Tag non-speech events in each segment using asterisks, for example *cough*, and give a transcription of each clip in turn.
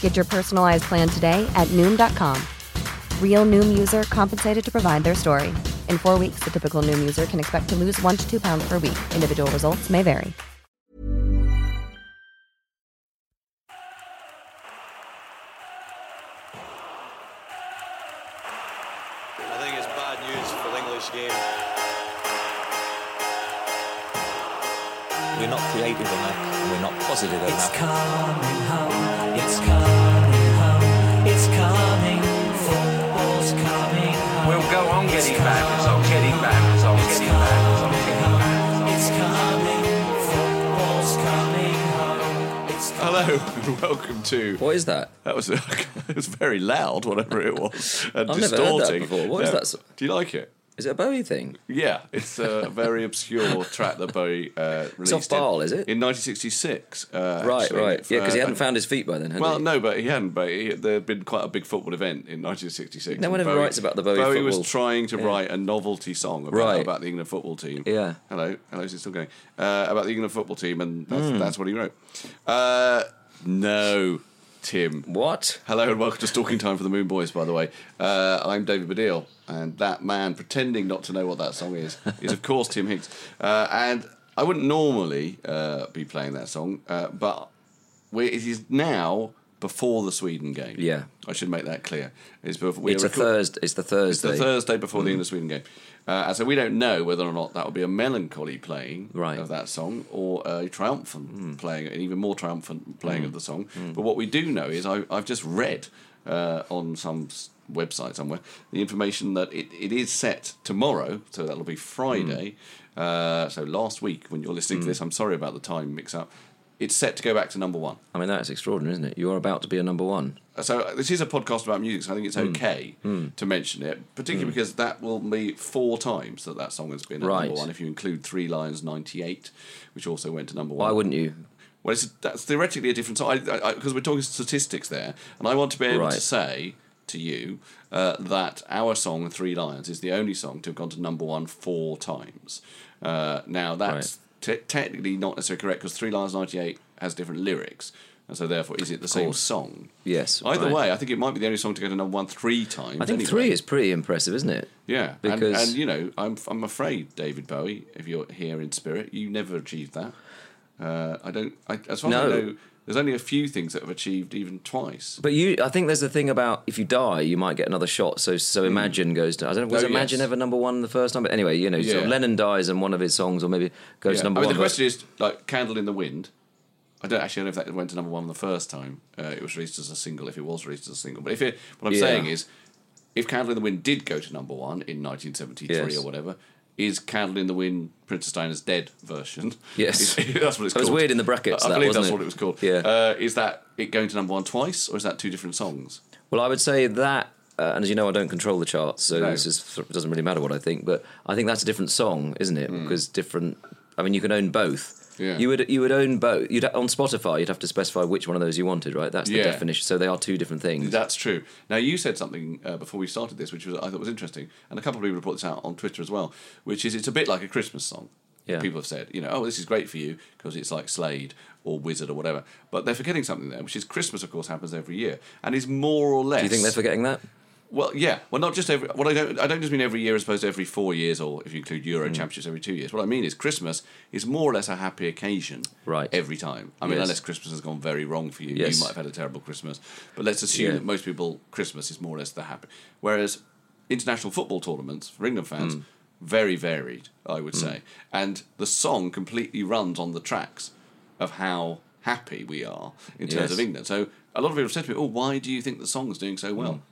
Get your personalized plan today at Noom.com. Real Noom user compensated to provide their story. In four weeks, the typical Noom user can expect to lose one to two pounds per week. Individual results may vary. I think it's bad news for the English game. We're not creative enough. and We're not positive It's enough. coming home, it's coming home, it's coming, football's coming home. We'll go on getting backwards, on getting backwards, on getting backwards, on getting backwards. on It's getting coming, football's coming home. It's coming. Hello and welcome to. What is that? That was *laughs* it was very loud, whatever it was, and I've never heard that distorting. before. What is that so- Do you like it? Is it a Bowie thing? Yeah, it's *laughs* a very obscure track that Bowie uh, released. Ball, in, is it? In 1966. Uh, right, actually, right. Yeah, because he for- hadn't found his feet by then. Had Well, he? no, but he hadn't. But he, there'd been quite a big football event in 1966. No one and ever writes about the Bowie was football. trying to write a novelty song about, Right. about the England football team. Yeah. Hello, hello, is it still going? Uh, about the England football team, and that's, Hmm. that's what he wrote. Uh, no, Tim. What? Hello and welcome to Stalking Time for the Moon Boys, by the way. Uh, I'm David Baddiel, and that man pretending not to know what that song is is, of course, Tim Higgs. Uh, and I wouldn't normally uh, be playing that song, uh, but we it is now before the Sweden game. Yeah. I should make that clear. It's, before, we're it's a recor- Thursday. It's the It's Thursday. Mm. the Thursday before the England Sweden game. Uh, and so we don't know whether or not that will be a melancholy playing Right. Hmm. of that song or a triumphant playing, an even more triumphant playing of the song. But what we do know is I, I've just read uh, on some s- website somewhere the information that it, it is set tomorrow, so that'll be Friday. Hmm. Uh, so last week, when you're listening to this, I'm sorry about the time mix up. It's set to go back to number one. I mean, that's extraordinary, isn't it? You are about to be a number one. So this is a podcast about music, so I think Hmm. it's okay to mention it, particularly because that will be four times that that song has been at Right. number one. If you include Three Lions '98, which also went to number one. Why wouldn't you? Well, it's, that's theoretically a different song because we're talking statistics there, and I want to be able Right. to say to you uh, that our song Three Lions is the only song to have gone to number one four times. Uh, now that's te- technically not necessarily correct because Three Lions '98 has different lyrics, and so therefore is it the same course. song? Yes. Either right. way, I think it might be the only song to go to number one three times. I think anyway. three is pretty impressive, isn't it? Yeah, and, because- and you know, I'm I'm afraid David Bowie, if you're here in spirit, you never achieved that. Uh, I don't. I, as far as I No. know, there's only a few things that have achieved even twice. But you, I think there's the thing about if you die, you might get another shot. So, so Imagine goes to I don't know was Hmm. Oh, yes. Imagine ever number one the first time? But anyway, you know, sort of Yeah. Lennon dies and one of his songs, or maybe goes Yeah. to number I mean, one. the but- question is like "Candle in the Wind." I don't actually know if that went to number one the first time. Uh, it was released as a single. If it was released as a single, but if it, what I'm Yeah. saying is, if "Candle in the Wind" did go to number one in 1973 Yes. or whatever, is "Candle in the Wind" Prince of Steiner's dead version? Yes. Is- *laughs* that's what it's. That was called. weird in the brackets, *laughs* I, I that, believe wasn't that's it? what it was called. Yeah. Uh, is that it going to number one twice, or is that two different songs? Well, I would say that, uh, and as you know, I don't control the charts, so No. this is, it doesn't really matter what I think. But I think that's a different song, isn't it? Because different. I mean, you can own both. Mm. Yeah. You would you would own both. You'd on Spotify. You'd have to specify which one of those you wanted, right? That's the Yeah. definition. So they are two different things. That's true. Now you said something uh, before we started this, which was I thought was interesting, and a couple of people have brought this out on Twitter as well, which is it's a bit like a Christmas song. Yeah. People have said, you know, oh, this is great for you because it's like Slade or Wizard or whatever. But they're forgetting something there, which is Christmas, of course, happens every year and is more or less. Do you think they're forgetting that? Well, yeah. Well, not just every. What I don't, I don't just mean every year, as opposed to every four years, or if you include Euro Mm. Championships, every two years. What I mean is Christmas is more or less a happy occasion, Right. Every time. I mean, Yes. unless Christmas has gone very wrong for you, Yes. you might have had a terrible Christmas. But let's assume Yeah. that most people, Christmas is more or less the happy. Whereas international football tournaments for England Mm. fans very varied, I would say. And the song completely runs on the tracks of how happy we are in terms Yes. of England. So a lot of people have said to me, "Oh, why do you think the song's doing so Mm. well?"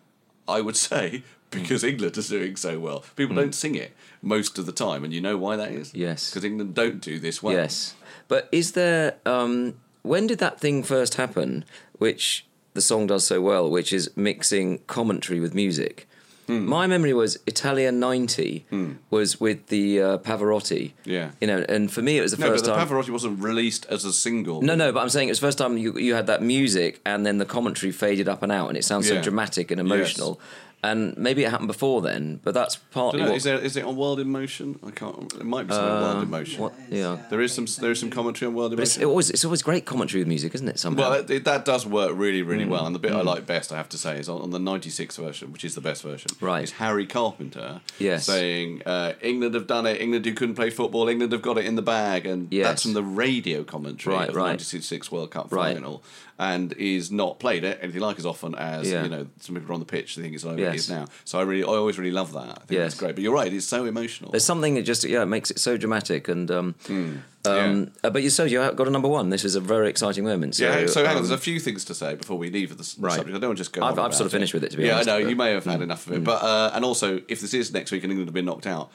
I would say *laughs* Hmm. because England is doing so well. People don't sing it most of the time, and you know why that is. Yes. because England don't do this well. Yes, but is there? Um, when did that thing first happen? Which the song does so well, which is mixing commentary with music. Hmm. My memory was Italian '90 was with the uh, Pavarotti. Yeah. you know, and for me it was the No, first but the time. Pavarotti wasn't released as a single. no, no, but I'm saying it was the first time you you had that music, and then the commentary faded up and out, and it sounds Yeah. so dramatic and emotional. And maybe it happened before then, but that's I partly don't know, what. Um, is there is it on World in Motion? I can't. It might be something on World in Motion. what- yeah, There is some there is some commentary on World in but it's Motion. it always it's always great commentary with music, isn't it? Somehow. Well, that, that does work really, Mm. really well. And the bit I like best, I have to say, is on, on the 96 version, which is the best version. Right. Is Harry Carpenter Yes. saying, uh, England have done it, England who couldn't play football, England have got it in the bag. And Yes. that's from the radio commentary Right, of the right. 96 World Cup Right. final. And is not played it anything like as often as, Yeah. you know, some people are on the pitch, they think it's like it Yes. is now. So I really, I always really love that. I think Yes. that's great. But you're right, it's so emotional. There's something that just yeah makes it so dramatic and um, Hmm, Yeah. um uh, but you so you got a number one. This is a very exciting moment. So, yeah, so hang on, um, there's a few things to say before we leave the s- Right. subject. I don't want to just go. I've- on I've about sort of finished with it, to be yeah, honest, I know you but- Mm. may have had enough of it, but uh, and also if this is next week and England have been knocked out,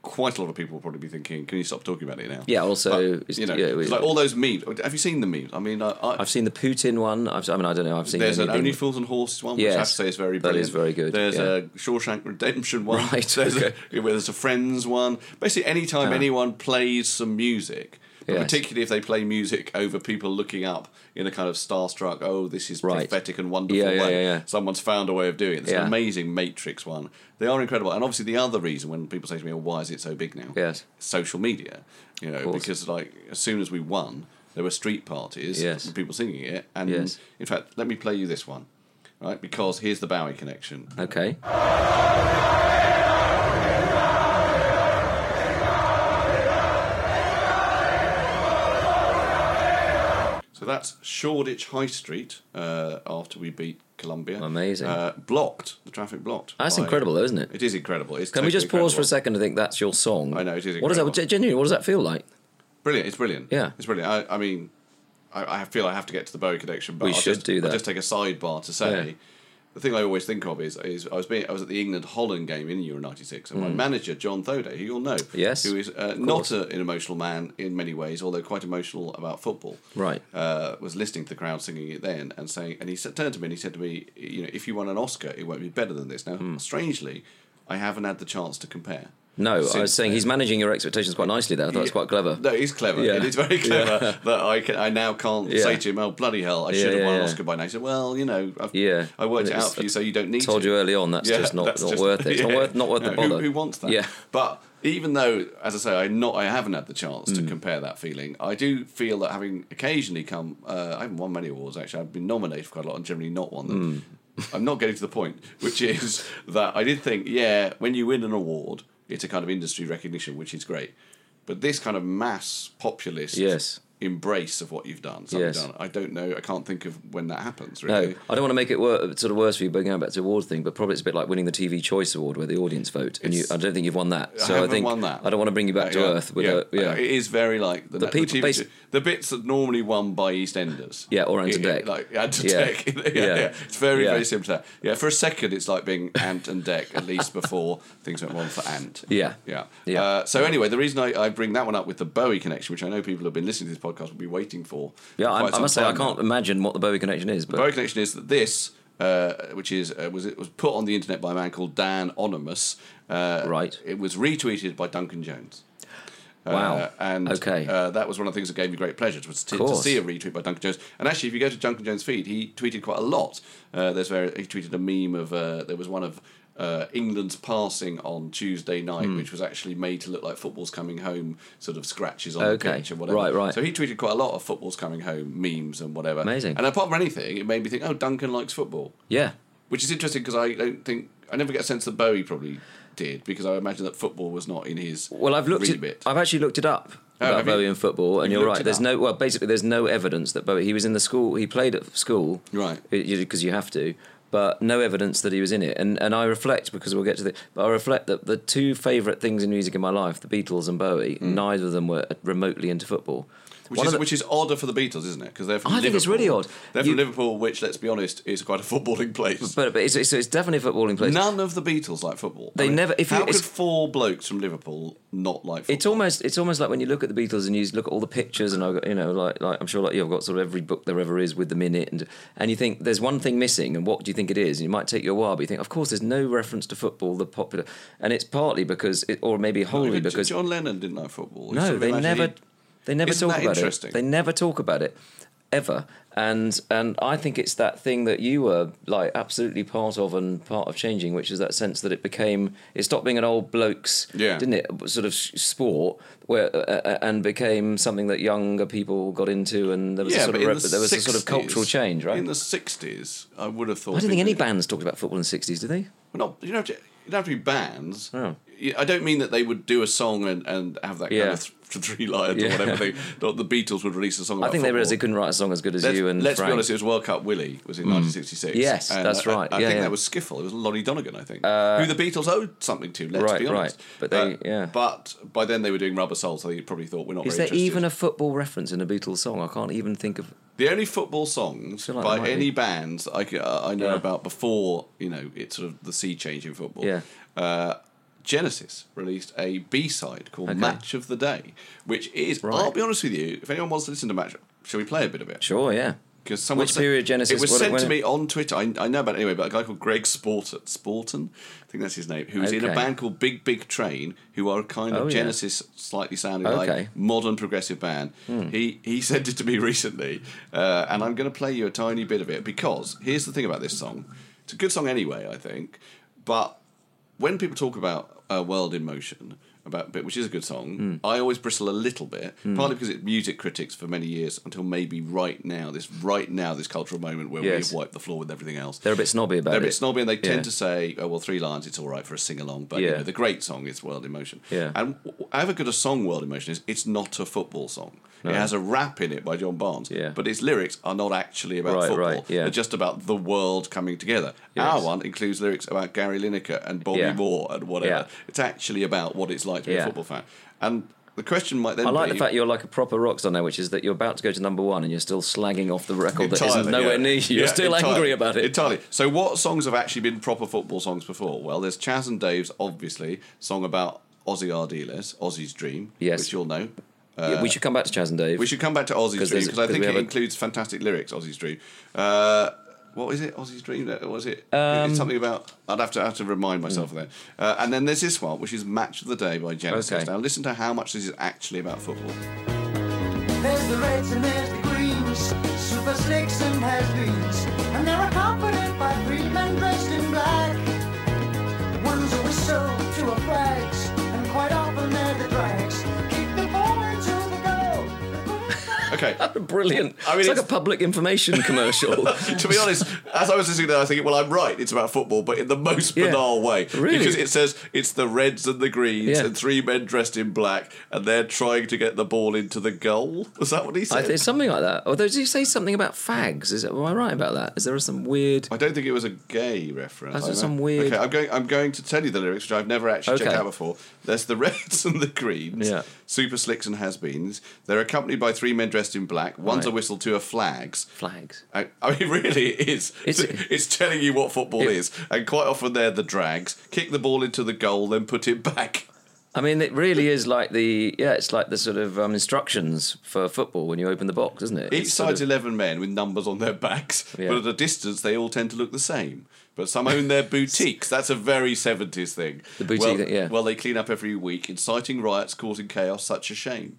quite a lot of people will probably be thinking, "Can you stop talking about it now?" Yeah, also, But, it's- you know, yeah, we- it's like all those memes. Have you seen the memes? I mean, I, I, I've seen the Putin one. I've, I mean, I don't know. I've seen there's an anything- Only Fools and Horses one, which I have Yes, to say is very that brilliant. is very good, There's yeah. a Shawshank Redemption one. *laughs* Right, There's, okay. Ah. a, *laughs* where there's a Friends one. Basically, anytime anyone plays some music, but Yes. particularly if they play music over people looking up in a kind of starstruck, oh, this is Right. prophetic and wonderful Yeah, yeah, way, yeah, yeah. someone's found a way of doing it. There's an Yeah. amazing Matrix one. They are incredible. And obviously, the other reason when people say to me, oh, why is it so big now? Yes. Social media. You know, course. because like as soon as we won, there were street parties, Yes. with people singing it, and Yes. in fact, let me play you this one, right? Because here's the Bowie connection. Okay. So that's Shoreditch High Street uh, after we beat Columbia. Amazing. Uh, blocked. The traffic blocked. That's by- incredible, though, isn't it? It is incredible. It's Can we just totally pause for a incredible. second and think that's your song? I know, it is What does that incredible. genuinely? What does that feel like? Brilliant. It's brilliant. Yeah. It's brilliant. I, I mean, I, I feel I have to get to the Bowie connection, but We I'll should just, do I'll that. just take a sidebar to say. Yeah. The thing I always think of is, is I was being I was at the England Holland game in Euro '96, and my manager John Thoday, who you'll know, Mm. Yes, who is uh, of not course. a, an emotional man in many ways, although quite emotional about football, Right. Uh, was listening to the crowd singing it then and saying, and he said, turned to me and he said to me, you know, if you won an Oscar, it won't be better than this. Now, Mm. strangely, I haven't had the chance to compare. No, I Since was saying then. he's managing your expectations quite nicely there. I thought it's quite clever. No, it's clever. Yeah. It is very clever that I can, I now can't Yeah. say to him, "Oh bloody hell, I Yeah, should have yeah, won an yeah. Oscar by now." He said, "Well, you know, I've, Yeah. I worked it It's- out for you, so you don't need." Told to. you early on that's Yeah, just not, that's not just- worth it. It's not *laughs* yeah. worth not worth No, the who- bother. Who, wants that? Yeah. But even though, as I say, I not I haven't had the chance Mm. to compare that feeling. I do feel that having occasionally come, uh, I haven't won many awards actually. I've been nominated for quite a lot and generally not won Mm. them. *laughs* I'm not getting to the point, which is *laughs* that I did think, yeah, when you win an award, it's a kind of industry recognition, which is great. But this kind of mass populist Yes. embrace of what you've done, something Yes. done, I don't know, I can't think of when that happens. No, Really, I don't want to make it wor- sort of worse for you by going back to the award thing, but probably it's a bit like winning the TV Choice Award where the audience vote, and you, It's- I don't think you've won that. So I, haven't think won that. Uh, I don't want to bring you back to Yeah, Uh, earth with a yeah. it is very like the, the, people TV basi- the bits that normally won by EastEnders. Yeah, or Ant and Yeah, Dec. Like Ant and Yeah. Dec. *laughs* yeah. Yeah, Yeah. it's very Yeah. very similar. to that. Yeah, for a second it's like being Ant and Deck at least before things went wrong for Ant. *laughs* Yeah. yeah, Yeah. Uh, so anyway, the reason I, I bring that one up with the Bowie connection, which I know people have been listening to this podcast will be waiting for. Yeah, for I, quite I some must say I time now. can't imagine what the Bowie connection is, but The Bowie connection is that this, uh, which is uh, was it was put on the internet by a man called Dan Onimus. Uh, Right. It was retweeted by Duncan Jones. Wow. Uh, and Okay. uh, that was one of the things that gave me great pleasure was to, to course. see a retweet by Duncan Jones. And actually, if you go to Duncan Jones' feed, he tweeted quite a lot. Uh, there's very, he tweeted a meme of uh, there was one of uh, England's passing on Tuesday night, Hmm. which was actually made to look like football's coming home, sort of scratches on the Okay. pitch and whatever. Right, right. So he tweeted quite a lot of football's coming home memes and whatever. Amazing. And apart from anything, it made me think, oh, Duncan likes football, yeah, which is interesting because I don't think I never get a sense that Bowie probably did because I imagine that football was not in his Well, I've looked. remit. It, I've actually looked it up Oh, about have you? Bowie and football, and You've you're looked it right. There's up? no. Well, basically, there's no evidence that Bowie. He was in the school. He played at school, Right. Because you have to. but no evidence that he was in it. And and I reflect because we'll get to the. But I reflect that the two favourite things in music in my life, the Beatles and Bowie, neither of them were remotely into football. Mm. Which One is, of the- which is odder for the Beatles, isn't it? Because they're from I think it's Liverpool. really odd. They're from You- Liverpool, which, let's be honest, is quite a footballing place. but, but it's, it's, it's definitely a footballing place. None of the Beatles like football. They never- if you- how it's- could four blokes from Liverpool not like football? It's almost it's almost like when you look at the Beatles and you just look at all the pictures and I got you know like like I'm sure like you've got sort of every book there ever is with them in it and and you think there's one thing missing and what do you think it is and it might take you a while but you think of course there's no reference to football the popular and it's partly because it, or maybe wholly Even because John Lennon didn't like football. You sort no of they imagine never he'd- they never Isn't talk that about interesting? it they never talk about it ever and and I think it's that thing that you were like absolutely part of and part of changing which is that sense that it became it stopped being an old blokes Yeah. didn't it sort of s- sport where uh, uh, and became something that younger people got into and there was a yeah, sort but of in rep- the there was a sort of 60s, cultural change right In the sixties, I would have thought. I don't think people- any bands talked about football in the 60s did they Well, not you don't have to. You don't have to be bands. Oh. You- I don't mean that they would do a song and, and have that kind Yeah. of th- *laughs* three lines or Yeah. whatever thing. Not the Beatles would release a I song. about think they football. realised they couldn't write a song as good as Let's, you and let's Frank Hmm. be honest, it was World Cup Willie was in 1966. Yes, that's I- I- right. I, Yeah, think yeah. Uh, that was Skiffle. It was Lonnie Donegan, I think, who the Beatles owed something to. Let's right, be honest. right. But they- Uh, yeah. But by then they were doing Rubber Soul, so they probably thought we're not. Is very there interested. even a football reference in a Beatles song? I can't even think of. The only football songs Feel like there by might any be. bands I, c- uh, I know Yeah. about before, you know, it's sort of the sea change in football. Yeah. Uh, Genesis released a B side called Okay. Match of the Day, which is, Right. I'll be honest with you, if anyone wants to listen to Match, shall we play a bit of it? Sure, yeah. Because someone Which said- period Genesis? It was Well, sent when to it- me on Twitter. I, I know about it anyway, but a guy called Greg Sporton, Sporton, I think that's his name, who was in a Okay. band called Big Big Train, who are a kind of Oh, yeah. Genesis, slightly sounding Okay. Hmm. like modern progressive band. He he *laughs* sent it to me recently, uh, and I'm going to play you a tiny bit of it because here's the thing about this song. It's a good song anyway, I think, but when people talk about uh, World in Motion, about which is a good song, I always bristle a little bit, partly because it music critics for many years until maybe right now, this right now, this cultural moment where Yes. we wipe the floor with everything else. They're a bit snobby about They're it. a bit snobby and they Yeah. tend to say, oh, well, three lines, it's all right for a sing along, but you Yeah. know, the great song is World in Motion. Yeah. And w- however good a song World in Motion is, it's not a football song. It has a rap in it by John Barnes, Yeah. but its lyrics are not actually about Right, football. right, yeah. They're just about the world coming together. Yes. Our one includes lyrics about Gary Lineker and Bobby Yeah. Moore and whatever. Yeah. It's actually about what it's like to be a Yeah. football fan. And the question might then I like be, the fact you're like a proper rock star now, which is that you're about to go to number one and you're still slagging off the record that isn't Entirely, nowhere yeah. near you. You're Yeah, still entirely- angry about it. Entirely. So, what songs have actually been proper football songs before? Well, there's Chaz and Dave's, obviously, song about Ozzy Ardiles, Ozzy's Dream, Yes. which you'll know. Uh, Yeah, we should come back to Chaz and Dave. We should come back to Ozzy's 'Cause Dream there's- because I 'cause think we it have a- includes fantastic lyrics, Ozzy's Dream. Uh, what is it, Ozzy's Dream? What was it? Um, it's something about. I'd have to have to remind myself Hmm. of that. Uh, and then there's this one, which is Match of the Day by Genesis. Okay. Now, listen to how much this is actually about football. There's the reds and there's the greens, super slicks and has-beens, and they're accompanied by three men dressed in black. One's a whistle, two are flags, and quite often they're the drags. Kick the ball into the goal. Okay. *laughs* Brilliant. I mean, it's, like it's- a public *laughs* information commercial. to be honest, as I was listening to that, I was thinking, well, I'm right. It's about football, but in the most Yeah. banal way. Really? Because it says it's the Reds and the Greens Yeah. and three men dressed in black, and they're trying to get the ball into the goal. Was that what he I said? think it's something like that. Although, did you say something about fags? Is it, am I right about that? Is there some weird? I don't think it was a gay reference. That's I don't some know. weird- Okay, I'm going. I'm going to tell you the lyrics, which I've never actually checked Okay. out before. There's the *laughs* Reds and the Greens, Yeah. super slicks and has-beens. They're accompanied by three men dressed in black. One's a Right. whistle, two are flags. Flags. I, I mean, *laughs* really, it is. It's, It's- it's telling you what football It- is. And quite often they're the drags. Kick the ball into the goal, then put it back. I mean, it really is like the yeah, it's like the sort of um, instructions for football when you open the box, isn't it? Each It's sort side's of- 11 men with numbers on their backs, Yeah. but at a distance they all tend to look the same. But some *laughs* own their boutiques. That's a very 70s thing. The boutique well, thing, yeah. Well, they clean up every week, inciting riots, causing chaos, such a shame.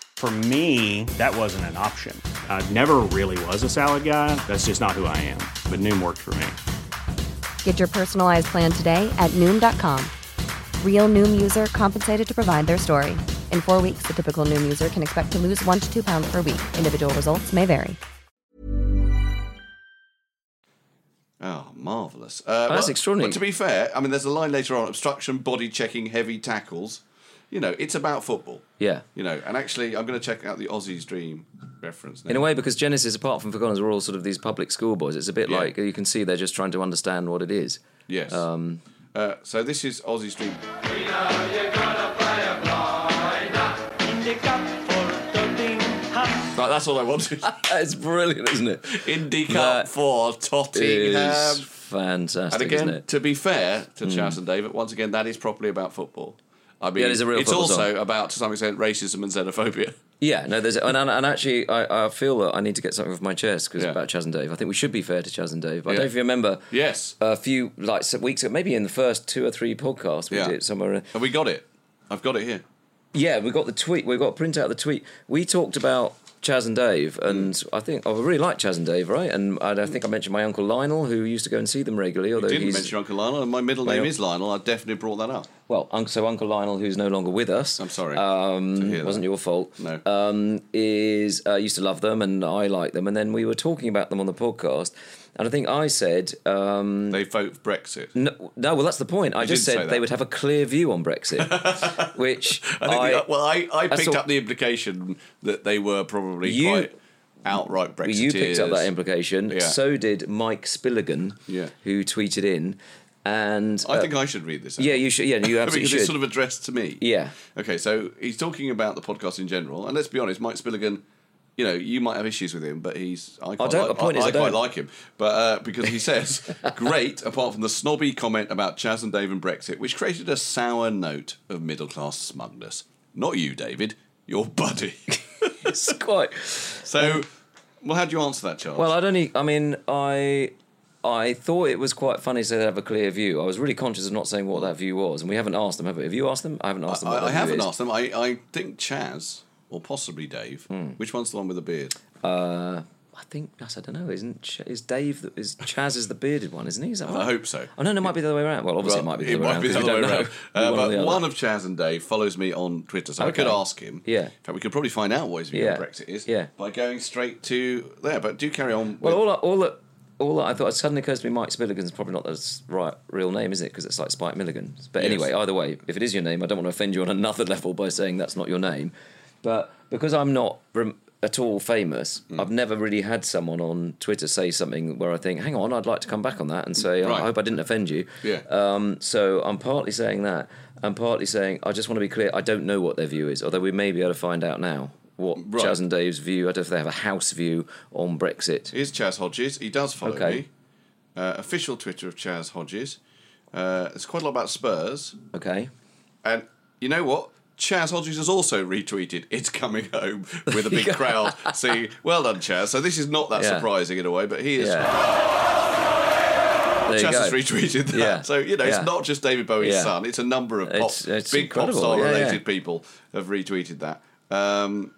For me, that wasn't an option. I never really was a salad guy. That's just not who I am. But Noom worked for me. Get your personalized plan today at Noom.com. Real Noom user compensated to provide their story. In four weeks, the typical Noom user can expect to lose one to two pounds per week. Individual results may vary. Oh, marvelous! That's extraordinary. But to be fair, I mean, there's a line later on: obstruction, body checking, heavy tackles. You know, it's about football. Yeah. You know, and actually, I'm going to check out the Aussie's dream reference. Now. In a way, because Genesis, apart from Forgotten, are all sort of these public school boys. It's a bit Yeah. like you can see they're just trying to understand what it *laughs* is. Yes. Um, uh, so this is Aussie's dream. Right, that's all I *laughs* wanted. it's brilliant, isn't it? Indy Cup for Tottenham. is fantastic, And again, isn't it? to be fair to Mm. Charles and David, once again, that is properly about football. I mean, Yeah, it is a real it's football also song. about, to some extent, racism and xenophobia. *laughs* Yeah, no, there's and, and, and actually, I, I feel that I need to get something off my chest because about Chaz and Dave. I think we should be fair to Chaz and Dave. But I Yeah. don't know if you remember. Yes, a few like some weeks ago, maybe in the first two or three podcasts we Yeah. did somewhere. Have we got it? I've got it here. Yeah, we got the tweet. We got a print out of the tweet. We talked about Chaz and Dave, and I think oh, I really like Chaz and Dave, right? And I, I think I mentioned my uncle Lionel, who used to go and see them regularly. Although You didn't he's, mention Uncle Lionel, and my middle Well- name is Lionel. I definitely brought that up. Well, un- so Uncle Lionel, who's no longer with us, I'm sorry, um, wasn't your fault. No, um, is uh, used to love them, and I like them. And then we were talking about them on the podcast, and I think I said um, they vote for Brexit. No, no, well that's the point. I You just did say said that. they would have a clear view on *laughs* Brexit, which I don't I think- well, I, I picked saw- up the implication that they were probably You- quite outright Well, Brexiteers. You picked up that implication. Yeah. So did Mike Spilligan, who tweeted in. And I think I should read this. Out. Yeah, you should. Yeah, *laughs* you absolutely because should. it's sort of addressed to me. *laughs* Yeah. Okay, so he's talking about the podcast in general, and let's be honest, Mike Spilligan. You know, you might have issues with him, but he's I quite, don't- like, the point I, is I I quite don't. like him, but uh, because *laughs* he says great. Apart from the snobby comment about Chaz and Dave and Brexit, which created a sour note of middle class smugness. Not you, David. *laughs* Your buddy. it's quite. So, well, how do you answer that, Charles? Well, I don't. e- I mean, I I thought it was quite funny to have a clear view. I was really conscious of not saying what that view was, and we haven't asked them, have we? Have you asked them? I haven't asked them. what I, their I view haven't is. asked them. I, I think Chaz or possibly Dave. Hmm. Which one's the one with the beard? Uh, I think yes, I don't know. Isn't Ch- is Dave the- is Chaz is the bearded one, isn't he? Is that I right? hope so. Oh no, no, it might be the other way around. Well, obviously Well, it might be the other way around. 'cause other we way don't know. around. Uh, One or the but other. one of Chaz and Dave follows me on Twitter, so I could Okay. ask him. Yeah. In fact, we could probably find out what his view Yeah. on Brexit is Yeah. by going straight to there. But do carry on. Well, all I, all that all that I thought it suddenly occurs to me, Mike Spilligan's probably not his right real name, is it? Because it's like Spike Milligan. But Yes. anyway, either way, if it is your name, I don't want to offend you on *laughs* another level by saying that's not your name. But because I'm not rem- at all famous, Mm. I've never really had someone on Twitter say something where I think, "Hang on, I'd like to come back on that and say, Right. I hope I didn't offend you." Yeah. Um, so I'm partly saying that, I'm partly saying I just want to be clear. I don't know what their view is, although we may be able to find out now what Right. Chaz and Dave's view. I don't know if they have a house view on Brexit. Here's Chaz Hodges. He does follow Okay. me. Uh, official Twitter of Chaz Hodges. Uh, there's quite a lot about Spurs. Okay. And you know what? Chaz Hodges has also retweeted "It's coming home" with a *laughs* big Yeah. crowd. See, well done, Chaz. So this is not that Yeah. surprising in a way, but he is. There you Chaz has go. retweeted that. Yeah. So, you know, Yeah. it's not just David Bowie's Yeah. son, it's a number of pop, It's- it's big pop incredible. star Yeah, related yeah. people have retweeted that. Um,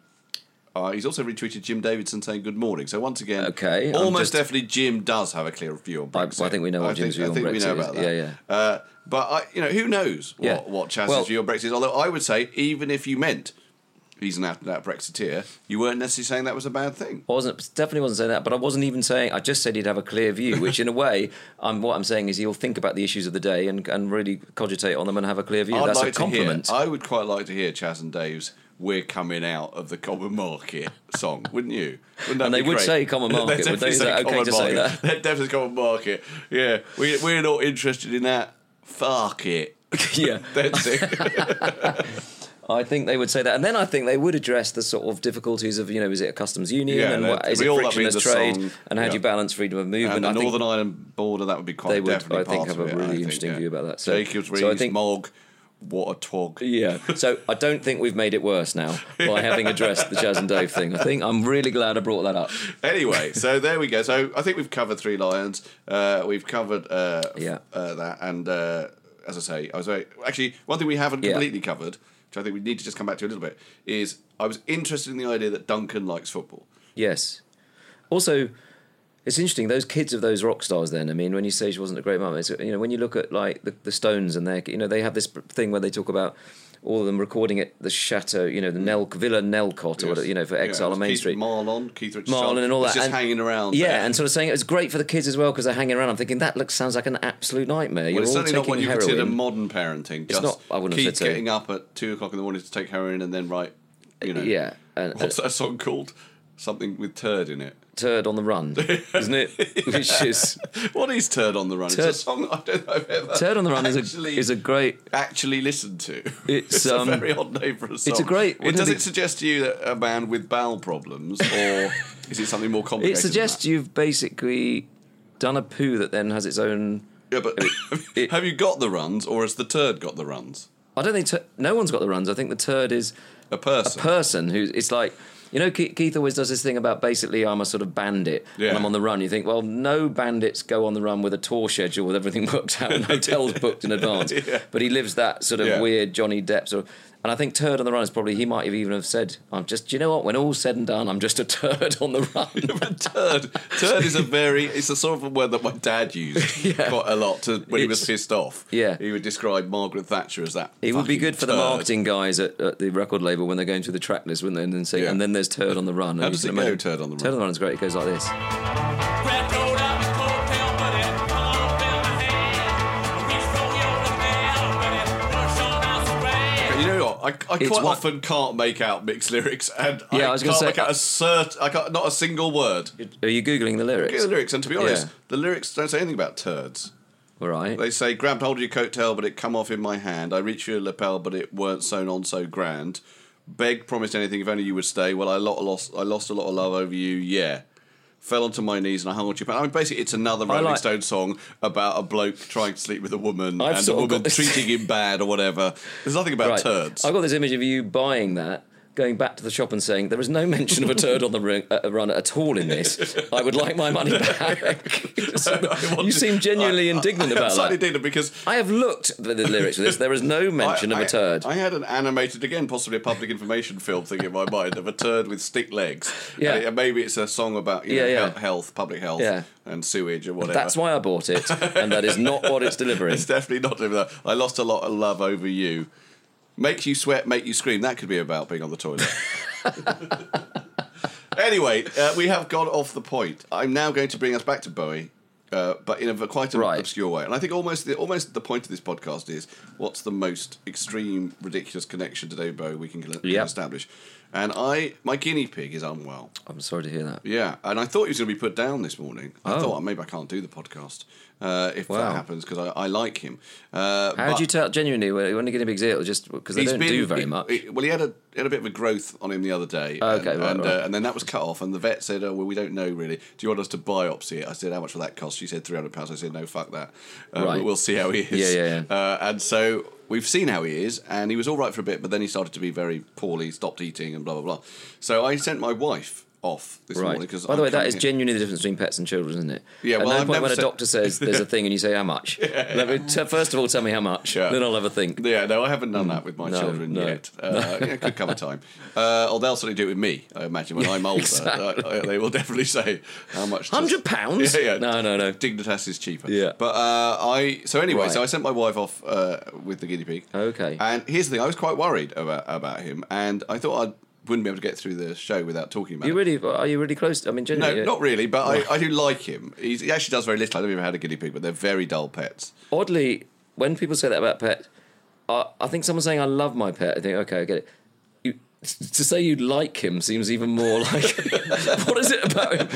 uh, he's also retweeted Jim Davidson saying good morning. So once again, Okay, I'm almost just- definitely Jim does have a clear view on Brexit. I think we know what Jim's view on we know Brexit is. about that. Yeah, yeah. Uh, but I, you know, who knows what Yeah. what Chaz's Well- view on Brexit is? Although I would say, even if you meant he's an out-and-out Brexiteer, you weren't necessarily saying that was a bad thing. I wasn't definitely wasn't saying that, but I wasn't even saying. I just said he'd have a clear view, which in a way, I'm what I'm saying is he'll think about the issues of the day and, and really cogitate on them and have a clear view. That's a compliment. To hear, I would quite like to hear Chaz and Dave's "We're coming out of the common market" song, wouldn't you? Wouldn't And they be would great? say common They'd market, would definitely they? Is that okay common to say market. They'd definitely common market. Yeah, we we're not interested in that. *laughs* Fuck it. *laughs* yeah, that's it. I think they would say that, and then I think they would address the sort of difficulties of you know is it a customs union Yeah, and that- what, is we it all- that'd be frictionless the trade song, and how yeah. do you balance freedom of movement? and the I think Northern Ireland border, that would be quite they would, definitely I think, part have of a it, I really think, interesting yeah. view about that. So, Jacob's so I Reeves, think Mog, what a twog. Yeah. So I don't think we've made it worse *laughs* now by having addressed the Chaz and Dave thing. I think I'm really glad I brought that up. anyway, so there we go. So I think we've covered Three Lions. Uh, we've covered uh, f- Yeah. uh, that, and uh, as I say, I was very, actually one thing we haven't Yeah. completely covered, which I think we need to just come back to a little bit, is I was interested in the idea that Duncan likes football. Yes. Also, it's interesting those kids of those rock stars. Then I mean, when you say she wasn't a great mum, it's you know when you look at like the, the Stones and they you know they have this thing where they talk about all of them recording at the chateau, you know, the Nelk Villa Nelcott or whatever, you know for Mm. Yeah, Exile it's on Main Keith Street. Marlon, Keith Richardson, Marlon and all it's that, just and- hanging around. Yeah, there. and sort of saying it was great for the kids as well because they're hanging around. I'm thinking that looks sounds like an absolute nightmare. Well, You're it's all certainly taking not what you heroin. consider modern parenting. Just not- I wouldn't have Keith said so. getting up at two o'clock in the morning to take heroin and then write. You know, Yeah, and- uh, what's that song called? Something with turd in it. Turd on the run, isn't *laughs* it? Which is what is turd on the run? Turd- it's a song I don't know if I've ever Turd on the Run is a- actually, is a great actually listened to. *laughs* It's, um, a very odd name for a it's song. a great- It, does wouldn't it it suggest to you that a man with bowel problems, or *laughs* is it something more complicated? It suggests you've basically done a poo that then has its own. Yeah, but *laughs* have you got the runs, or has the turd got the runs? I don't think tur- no one's got the runs. I think the turd is a person. A person who's it's like you know Ke- Keith always does this thing about basically I'm a sort of bandit Yeah. and I'm on the run. You think well no bandits go on the run with a tour schedule with everything *laughs* worked out and hotels booked in advance. *laughs* But he lives that sort of Yeah. weird Johnny Depp sort of. And I think turd on the run is probably he might have even have said I'm just do you know what when all said and done I'm just a *laughs* turd on the *laughs* run. turd. *laughs* Turd is a very it's a sort of a word that my *laughs* dad used quite a lot to when he was It's- pissed off. yeah. He would describe Margaret Thatcher as that. It would be good for the turd. marketing guys at, at the record label when they're going through the track list, wouldn't they? And then saying, and then there's Turd on the Run. How and you does can it go, imagine- Turd on the Turd on the Run is great. It goes like this. But you know what? I, I It's quite what- often can't make out mixed lyrics, and Yeah, I I, was gonna can't say- make out a cert. I can't not a single word. Are you googling the lyrics? Look at the lyrics, and to be honest, Yeah. the lyrics don't say anything about turds. All right. They say, grabbed hold of your coattail, but it come off in my hand. I reached your lapel, but it weren't sewn on so grand. Begged, promised anything if only you would stay. Well, I lot lost, I lost a lot of love over you. Yeah, fell onto my knees and I hung onto your. pa- I mean, basically, it's another Rolling like- Stone song about a bloke trying to sleep with a woman I've and a sort of woman got this- treating him bad or whatever. There's nothing about turds. I got this image of you buying that, going back to the shop and saying, there is no mention of a turd on the ring, uh, run at all in this. I would like my money *laughs* back. you seem genuinely indignant I'm *laughs* about slightly that. indignant because I have looked at the lyrics of this. There is no mention *laughs* I- of a turd. I, I had an animated, again, possibly a public information film thing *laughs* in my mind of a turd with stick legs. Yeah. And it- maybe it's a song about you know, Yeah, yeah. he- health, public health, Yeah. and sewage or whatever. That's why I bought it, and that is not what *laughs* it's delivering. it's definitely not doing that. I lost a lot of love over you. Make you sweat, make you scream. That could be about being on the toilet. anyway, uh, we have gone off the point. I'm now going to bring us back to Bowie. Uh, but in a quite an obscure way, and I think almost the, almost the point of this podcast is what's the most extreme, ridiculous connection to David Bowie we can, can Yep. establish. And I, my guinea pig is unwell. I'm sorry to hear that. Yeah, and I thought he was going to be put down this morning. I Oh. thought "Oh, maybe I can't do the podcast uh, if Wow. that happens because I, I like him. Uh, How but do you tell genuinely when when you're getting big zeal? Just because they he's don't been- e-, do very he- much. he- well, he had a he had a bit of a growth on him the other day. Okay, and, right, and, right. Uh, and then that was cut off, and the vet said, "Oh, well, we don't know really. Do you want us to biopsy it?" I said, "How much will that cost?" She said, 300 pounds." I said, "No, fuck that. Uh, Right. We'll see how he is." Yeah, yeah, Uh, and so we've seen how he is, and he was all right for a bit, but then he started to be very poorly, stopped eating, and blah blah blah. So I sent my wife off this right. morning because By the way, that is genuinely the difference between pets and children, isn't it? Yeah, At well, no I've point never when a said- doctor says there's *laughs* a thing and you say how much. Let me t- first of all, tell me how much. Yeah. Then I'll have a think. Yeah, no, I haven't done that with my Mm. No, children no. yet. Uh, yeah, it could *laughs* come a time. Uh, or they'll certainly do it with me, I imagine, when I'm older. Exactly. I- I- they will definitely say, how much? does- Hundred pounds? Yeah, yeah. No, no, no. *laughs* Dignitas is cheaper. Yeah. But uh, I, so anyway, Right. so I sent my wife off uh, with the guinea pig. Okay. And here's the thing, I was quite worried about, about him, and I thought I wouldn't be able to get through the show without talking about You him. really are you really close? To, I mean, No, genuinely, not really, but I, I do like him. He's, he actually does very little. I don't even had a guinea pig, but they're very dull pets. Oddly, when people say that about pet, I, I think someone saying I love my pet, I think okay, I get it. You to say you like him seems even more *laughs* like what is it about him?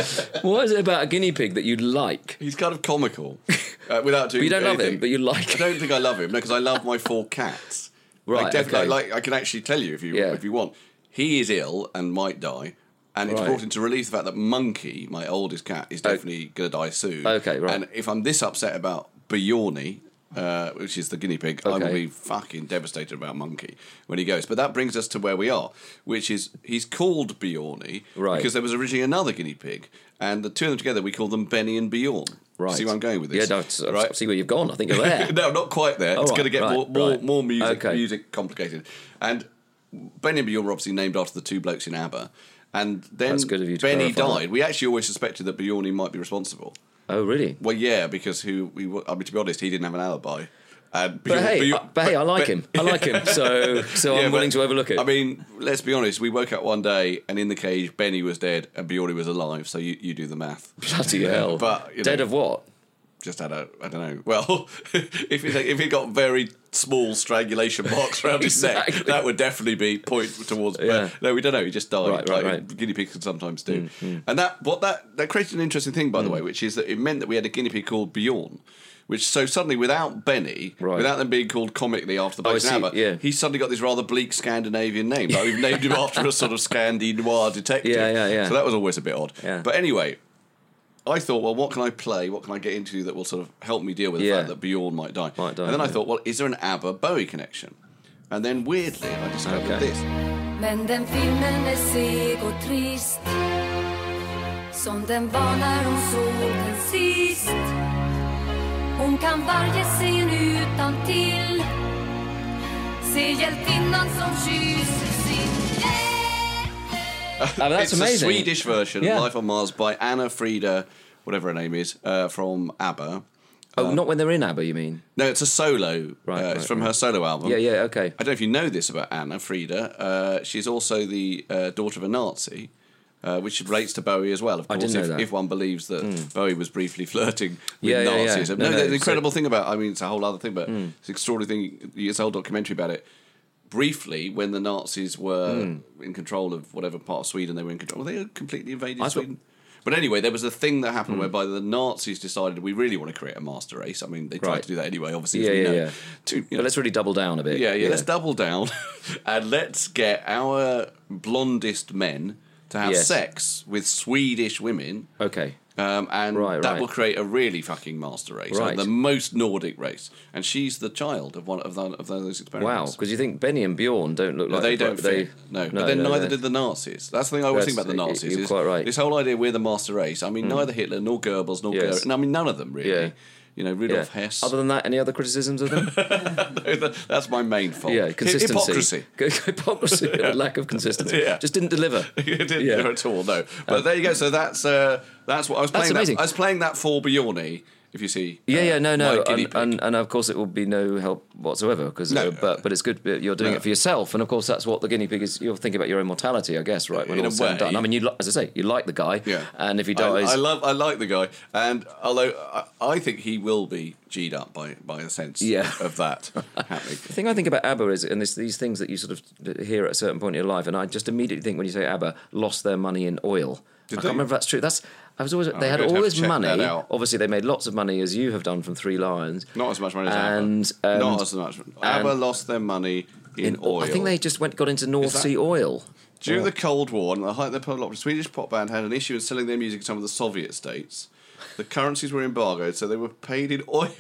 What is it about a guinea pig that you like? He's kind *laughs* of comical. Uh, without doing But you don't love anything. him, but you like I don't think I love him. No, because I love my four cats. Right, Like, definitely, okay. like I can actually tell you if you Yeah. if you want. He is ill and might die, and it's Right. Oh. brought into relief the fact that Monkey, my oldest cat, is definitely going to die soon. Okay, right. And if I'm this upset about Bjorni, uh, which is the guinea pig, I will Okay. be fucking devastated about Monkey when he goes. But that brings us to where we are, which is he's called Bjorni Right. because there was originally another guinea pig, and the two of them together we call them Benny and Bjorn. Right. See where I'm going with Yeah, this? no, it's- uh, I see where you've gone. I think you're there. *laughs* no, I'm not quite there. All it's right, going to get right, more more, right. more music Okay. music complicated. And Benny and Bjorn were obviously named after the two blokes in ABBA. And then That's good of you to Benny clarify that. died. We actually always suspected that Bjorni might be responsible. Oh, really? Well, yeah, because who we were- I mean, to be honest, he didn't have an alibi. And But Bjorn- hey, Bjorn- I- but hey, I like but- him. I like him. So, so *laughs* Yeah, I'm willing but- to overlook it. I mean, let's be honest. We woke up one day and in the cage, Benny was dead and Bjorni was alive. So you, you do the math. Bloody hell. But you know, Dead of what? Ah, just had a I don't know. Well, *laughs* if it, if it got very small *laughs* strangulation marks around his neck, Exactly. that would definitely be point towards. Yeah. no, we don't know. He just died. Right, right, right. Mm, Guinea pigs can sometimes do. And that what that that created an interesting thing, by the way, which is that it meant that we had a guinea pig called Bjorn. Which so suddenly, without Benny, without them being called comically after the Oh, I Blake see, Snapper, yeah. he suddenly got this rather bleak Scandinavian name. Like we've named him after *laughs* a sort of Scandi noir detective. Yeah, yeah, yeah. So that was always a bit odd. Yeah. But anyway, I thought, well, what can I play? What can I get into that will sort of help me deal with the Yeah. fact that Bjorn might die? and then I yeah. thought, well, is there an ABBA Bowie connection? And then weirdly, I discovered Okay. this. Men den filmen är seg och trist Som den var när hon såg den sist Hon kan varje scen utan till Se hjältinnan som kysser sin mean, that's it's amazing. a Swedish version Yeah. of Life on Mars by Anna Frida, whatever her name is, uh, from ABBA. Oh, not when they're in ABBA, you mean? No, it's a solo. Right, it's right, from her right. solo album. Yeah, yeah, okay. I don't know if you know this about Anna Frida. Uh, she's also the uh, daughter of a Nazi, uh, which relates to Bowie as well. Of I course, didn't know if, that. Hmm. if one believes that Bowie was briefly flirting with Yeah, yeah, yeah. Nazism. No, Hmm. No, no, the so- incredible thing about. I mean, it's a whole other thing, but it's an extraordinary thing. It's a whole documentary about it. Briefly, when the Nazis were Hmm. in control of whatever part of Sweden they were in control, well, they had completely I invaded thought- Hmm. Sweden. But anyway, there was a thing that happened whereby the Nazis decided we really want to create a master race. I mean, they tried Right. to do that anyway, obviously. as Yeah, we yeah, know. yeah. To- you know- But let's really double down a bit. yeah, yeah, Let's double down *laughs* and let's get our blondest men to have Yes. sex with Swedish women. Okay. Um, and Right, that right. will create a really fucking master race, like Right. the most Nordic race. And she's the child of one of, the, of those Wow, experiments. because you think Benny and Bjorn don't look No, like they don't They fit. No. but then neither no. did the Nazis. That's the thing I always think That's- about the y- Nazis. you're is quite right. Hmm. This whole idea we're the master race. I mean, neither Hitler nor Goebbels nor Yes. Goering- and I mean, none of them really. Yeah. You know, Rudolf Hess. *laughs* Other than that, any other criticisms of them? That's my main fault. yeah, Hy- consistency. Hypocrisy. *laughs* *laughs* Hypocrisy. lack of consistency. Yeah. Just didn't deliver. *laughs* it didn't Yeah. Um, there at all. No, but there you go. So that's uh, that's what I was That's playing. that- amazing. I was playing that for Bjorni. If you see, Yeah, uh, yeah, no, no, my guinea and, and and of course it will be no help whatsoever because No. uh, but but it's good that you're doing No. it for yourself, and of course that's what the guinea pig is. You're thinking about your own mortality, I guess, right? When In a all's said and way. done. I mean, you li- as I say, you like the guy, Yeah. and if he I- dies, I, love, I like the guy, and although I, I think he will be g'd up by by the sense Yeah. *laughs* of that happening. The thing I think about ABBA is, and it's these things that you sort of hear at a certain point in your life, and I just immediately think when you say ABBA, lost their money in oil. Did I they? can't remember if that's true. That's I was always Oh, they had I'm going to all have this to check money. that out. Obviously, they made lots of money as you have done from Three Lions. Not as much money as and, um, ABBA. and Not as much. ABBA lost their money in, oil. I think they just went got into North that- Sea oil. During the Cold War, and the height of the pop, the Swedish pop band had an issue in selling their music to some of the Soviet states. The currencies were embargoed, so they were paid in oil.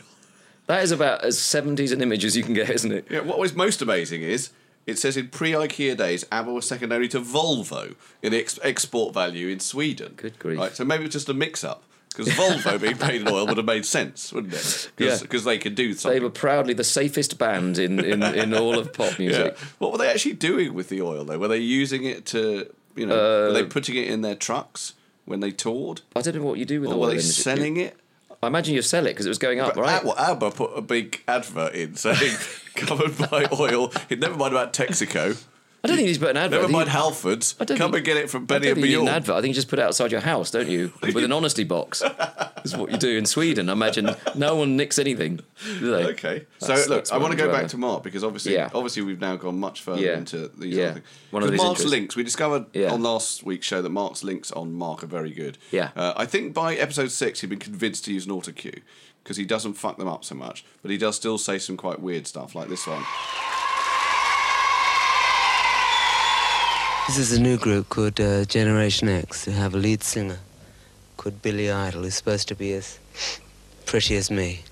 That is about as seventies an image as you can get, isn't it? Yeah, what was most amazing is it says in pre IKEA days, ABBA was second only to Volvo in ex- export value in Sweden. Good grief! Right, so maybe it's just a mix up because Volvo being paid in oil would have made sense, *laughs* wouldn't it? Because Yeah. they could do something. They were proudly the safest band in, in, in all of pop music. Yeah. What were they actually doing with the oil though? Were they using it to, you know, Uh, were they putting it in their trucks when they toured? I don't know what you do with or oil. were they in- Oh, selling it? I imagine you sell it because it was going up, But right? Ab- well, ABBA put *laughs* a big advert in saying, "Covered by oil." Never mind about Texaco. I don't think you need to put an advert. Never I think you- mind Halfords. I don't Come think- and get it from I Benny don't and think you need Bjorn. an advert. I think you just put it outside your house, don't *laughs* you? With an honesty box. Is what you do in Sweden. I imagine no one nicks anything. Do they? Okay. So look, I want to go back to Mark because obviously, obviously we've now gone much further Yeah. into these Yeah. other things. One of 'Cause these Mark's interests. links. We discovered Yeah. on last week's show that Mark's links on Mark are very good. Yeah. Uh, I think by episode six, he'd been convinced to use an auto cue because he doesn't fuck them up so much, but he does still say some quite weird stuff like this one. This is a new group called uh, Generation X. They have a lead singer called Billy Idol, who's supposed to be as pretty as me.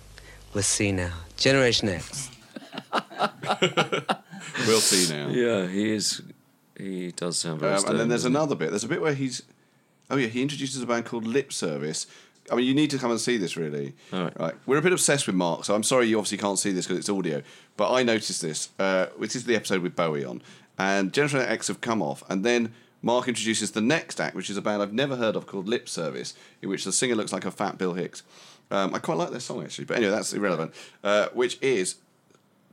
We'll see now. Generation X. We'll see *laughs* now. Yeah, he is. He does sound very. Um, and stern, then there's doesn't he? another bit. There's a bit where he's, oh yeah, he introduces a band called Lip Service. I mean, you need to come and see this, really. All right. We're a bit obsessed with Mark, so I'm sorry you obviously can't see this because it's audio. But I noticed this, uh, which is the episode with Bowie on, and Generation X have come off, and then Mark introduces the next act, which is a band I've never heard of called Lip Service, in which the singer looks like a fat Bill Hicks. Um, I quite like their song actually, but anyway, that's irrelevant. Uh, which is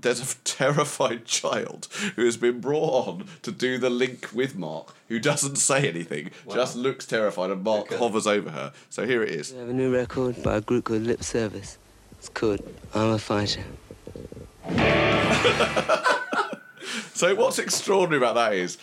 there's a terrified child who has been brought on to do the link with Mark, who doesn't say anything, just looks terrified, and Mark hovers over her. So here it is. We have a new record by a group called Lip Service. It's called I'm a Fighter. So what's extraordinary about that is,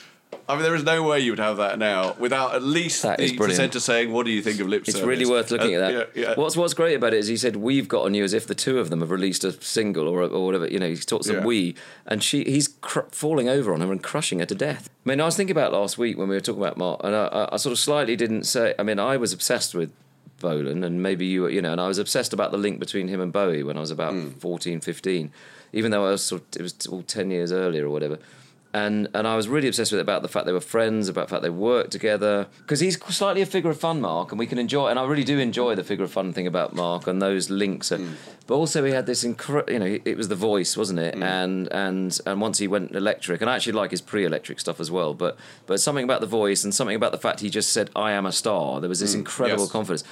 I mean, there is no way you would have that now without at least is the brilliant. presenter saying, "What do you think of lip It's service?" really worth looking Uh, at that. yeah, yeah. What's What's great about it is he said we've got on you as if the two of them have released a single or or whatever. You know, he talks Yeah. of we, and she he's cr- falling over on her and crushing her to death. I mean, I was thinking about last week when we were talking about Mark, and I, I, I sort of slightly didn't say. I mean, I was obsessed with Bolan, and maybe you, were, you know, and I was obsessed about the link between him and Bowie when I was about Hmm. fourteen, fifteen. 14, 15, even though I was sort of, it was all ten years earlier or whatever and and I was really obsessed with it about the fact they were friends, about the fact they worked together. Because he's slightly a figure of fun, Mark, and we can enjoy. And I really do enjoy the figure of fun thing about Mark and those links. Are, But also he had this incredible, you know, it was the voice, wasn't it? And and and once he went electric, and I actually like his pre-electric stuff as well. But but something about the voice and something about the fact he just said, "I am a star." There was this Mm, incredible yes. confidence.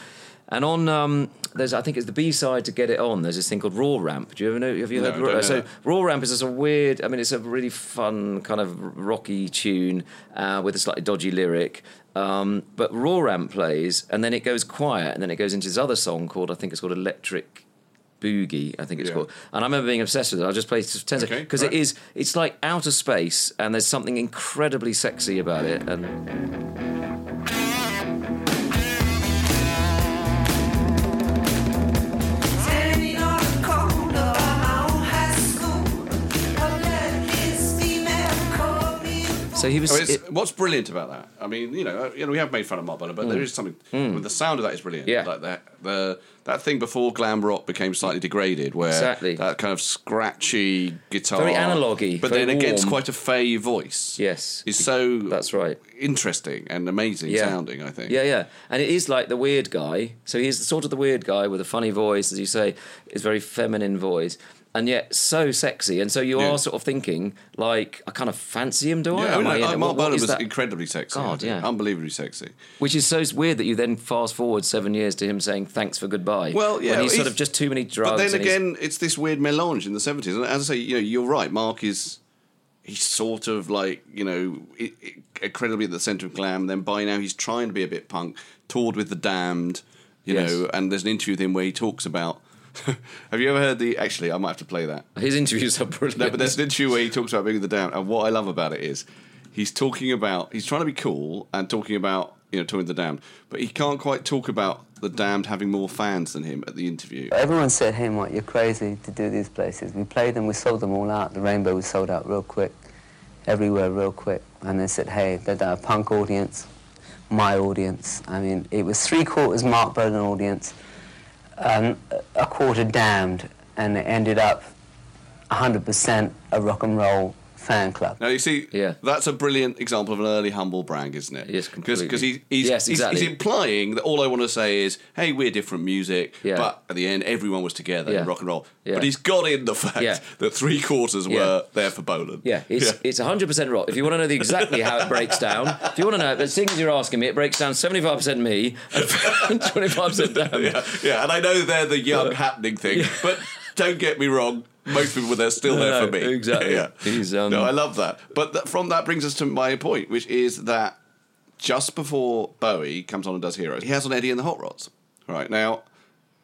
And on um, there's I think it's the B side to get it on. There's this thing called Raw Ramp. Do you ever know? Have you No, heard? I Raw, don't know so that. Raw Ramp is just a weird. I mean, it's a really fun kind of rocky tune uh, with a slightly dodgy lyric. Um, but Raw Ramp plays, and then it goes quiet, and then it goes into this other song called I think it's called Electric Boogie. I think it's Yeah. called. And I remember being obsessed with it. I just played just ten seconds Okay, because right. it is. It's like outer space, and there's something incredibly sexy about it. And Standing on a corner by my own high school, a legless female called me. So he was- Oh, I mean, it's- it- what's brilliant about that? I mean, you know, uh, you know, we have made fun of Mark Butler, but Mm. there is something. Mm. Well, the sound of that is brilliant. Yeah. like that. The that thing before glam rock became slightly degraded, where Exactly. that kind of scratchy guitar, Very analogue-y, but very then against warm. quite a fey voice. Yes, is so that's right, interesting and amazing Yeah. sounding. I think. Yeah, yeah. And it is like the weird guy. So he's sort of the weird guy with a funny voice, as you say, his very feminine voice, and yet so sexy. And so you Yeah. are sort of thinking, like, I kind of fancy him, do I? Yeah, I Am mean, I like, in it? Mark What- what Butler is was that? incredibly sexy. I God, think. yeah. unbelievably sexy. Which is so weird that you then fast forward seven years to him saying thanks for goodbye. Well, yeah, when he's, sort he's- of just too many drugs. But then and he's- again, it's this weird melange in the seventies, and as I say, you know, you're right. Mark is he's sort of like you know i i- incredibly at the centre of glam. Then by now he's trying to be a bit punk, toured with the Damned, you Yes. know, and there's an interview with him where he talks about. *laughs* have you ever heard the? Actually, I might have to play that. His interviews are brilliant. No, but there's an interview where he talks about being with the Damned, and what I love about it is he's talking about he's trying to be cool and talking about you know touring with the Damned, but he can't quite talk about the Damned having more fans than him at the interview. Everyone said, hey, Mark, you're crazy to do these places. We played them, we sold them all out. The Rainbow was sold out real quick, everywhere real quick. And they said, hey, they're a punk audience, my audience. I mean, it was three quarters Mark Bolan audience, um, a quarter damned, and it ended up 100% a rock and roll fan club. Now you see, that's a brilliant example of an early humble brag, isn't it? Yes, completely. Because he, he's, Yes, he's- exactly. he's implying that all I want to say is, hey, we're different music, Yeah. but at the end, everyone was together Yeah. in rock and roll. Yeah. But he's got in the fact Yeah. that three quarters Yeah. were there for Bolan. *laughs* Yeah, it's it's 100% rock. If you want to know the, exactly how it breaks down, if you want to know the things you're asking me, it breaks down 75% me and *laughs* 25% damn. yeah, yeah, and I know they're the young happening thing, but don't get me wrong. most people were there still No, there no, for me. exactly. yeah. He's, um, no, I love that. But that, from that brings us to my point, which is that just before Bowie comes on and does Heroes, he has on Eddie and the Hot Rods. Right now,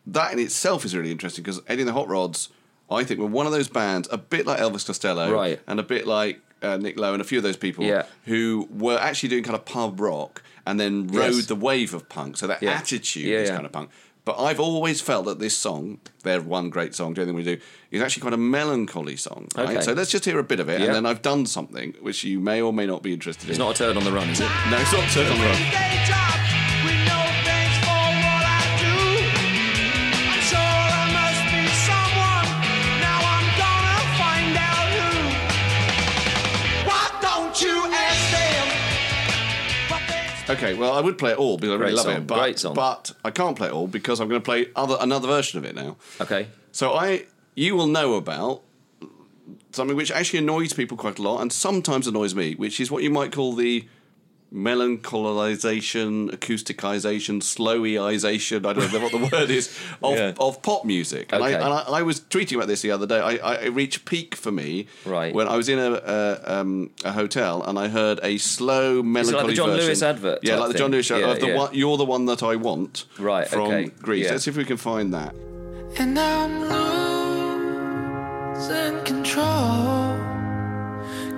that in itself is really interesting because Eddie and the Hot Rods, I think, were one of those bands, a bit like Elvis Costello, Right. and a bit like uh, Nick Lowe and a few of those people Yeah. who were actually doing kind of pub rock and then rode Yes. the wave of punk. So that Yeah. attitude Yeah, is yeah. kind of punk. But I've always felt that this song, their one great song, Do Anything We Do, is actually quite a melancholy song. Right? Okay. So let's just hear a bit of it, Yeah. and then I've done something which you may or may not be interested in. It's not a turd on the run, is it? *laughs* No, it's not a turd on the run. Okay, well, I would play it all because I really Great love song, it. But, great song. but I can't play it all because I'm going to play other another version of it now. Okay. So I, you will know about something which actually annoys people quite a lot, and sometimes annoys me, which is what you might call the melancholization, acousticization, slowyization. I don't know what the *laughs* word is of, of pop music. And, Okay. I, and I, I was tweeting about this the other day. I, I it reached peak for me Right. when I was in a a, um, a hotel and I heard a slow Is it melancholy like the John version. Lewis advert Yeah, type like the John thing? Lewis advert. Yeah, of the yeah. one, you're the one that I want. Right, from okay. Greece. Yeah. Let's see if we can find that. And I'm losing control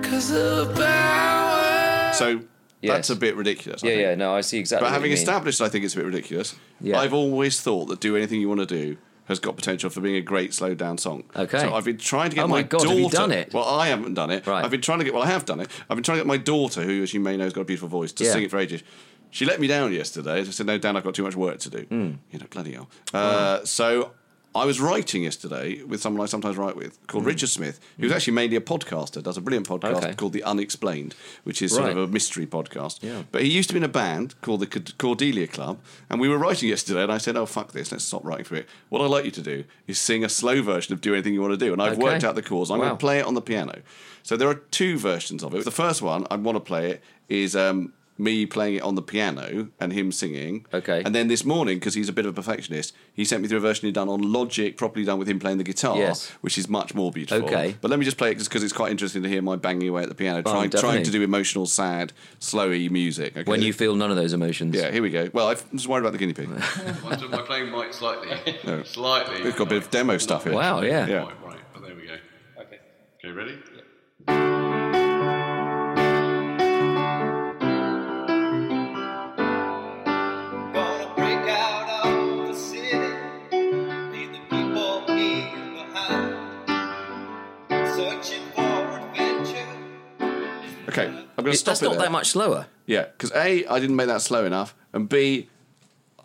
Cause the power So that's a bit ridiculous. I Yeah, think. yeah. No, I see exactly. But what having you mean. established, I think it's a bit ridiculous. I've always thought that do anything you want to do has got potential for being a great slow down song. Okay. So I've been trying to get Oh my God, daughter. have you done it? Well, I haven't done it. Right. I've been trying to get. Well, I have done it. I've been trying to get my daughter, who, as you may know, has got a beautiful voice, to Yeah. sing it for ages. She let me down yesterday. She said, "No, Dan, I've got too much work to do." Hmm. You know, bloody hell. Uh, so. I was writing yesterday with someone I sometimes write with called Richard Smith, who's actually mainly a podcaster, does a brilliant podcast Hmm. Okay. called The Unexplained, which is sort Right. of a mystery podcast. Yeah. But he used to be in a band called the Cord- Cordelia Club, and we were writing yesterday, and I said, "Oh fuck this, let's stop writing for it." What I'd like you to do is sing a slow version of "Do Anything You Want to Do," and I've Okay. worked out the chords. I'm Wow. going to play it on the piano. So there are two versions of it. The first one I want to play it is um, me playing it on the piano and him singing. Okay. And then this morning, because he's a bit of a perfectionist, he sent me through a version he done on Logic, properly done with him playing the guitar, Yes. which is much more beautiful. Okay. But let me just play it just because it's quite interesting to hear my banging away at the piano, Oh, trying, definitely. trying to do emotional, sad, slowy music. Okay? When you feel none of those emotions. Yeah, here we go. Well, I was worried about the guinea pig. Am *laughs* I playing mic slightly? No. *laughs* Slightly. We've got a bit of demo stuff here. Wow, yeah. Yeah. Right, but there we go. Okay. Okay, ready? Gonna break out of the city, leave the people here behind. Searching for adventure. Okay, I'm going to stop That's it not there. that much slower. Yeah, because A, I didn't make that slow enough, and B,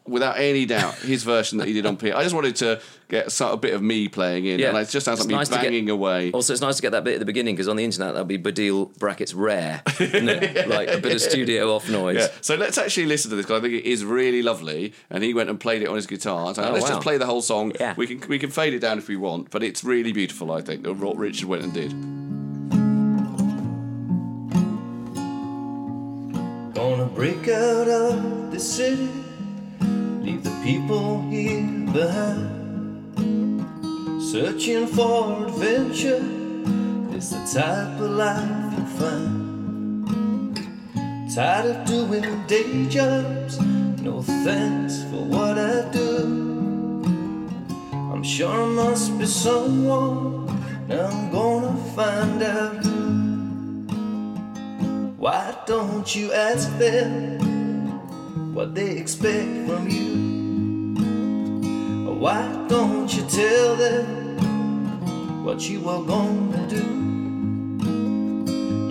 without any doubt, his version that he did on P. I just wanted to get so- a bit of me playing in, Yeah. and it just sounds like It's me nice to get- banging away. Also, it's nice to get that bit at the beginning because on the internet that'll be Badil brackets rare, isn't *laughs* it? *laughs* like a bit of studio off noise. Yeah. So let's actually listen to this because I think it is really lovely. And he went and played it on his guitar. So Oh, let's wow. just play the whole song. Yeah. We can we can fade it down if we want, but it's really beautiful. I think that what Richard went and did. Gonna break out of the city, leave the people here behind. Searching for adventure is the type of life you find. Tired of doing day jobs, no thanks for what I do. I'm sure I must be someone, now I'm gonna find out who. Why don't you ask them what they expect from you? Why don't you tell them what you are gonna do?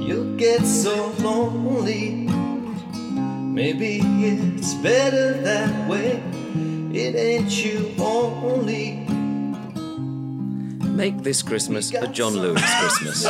You'll get so lonely. Maybe it's better that way. It ain't you only. Make this Christmas a John Lewis Christmas.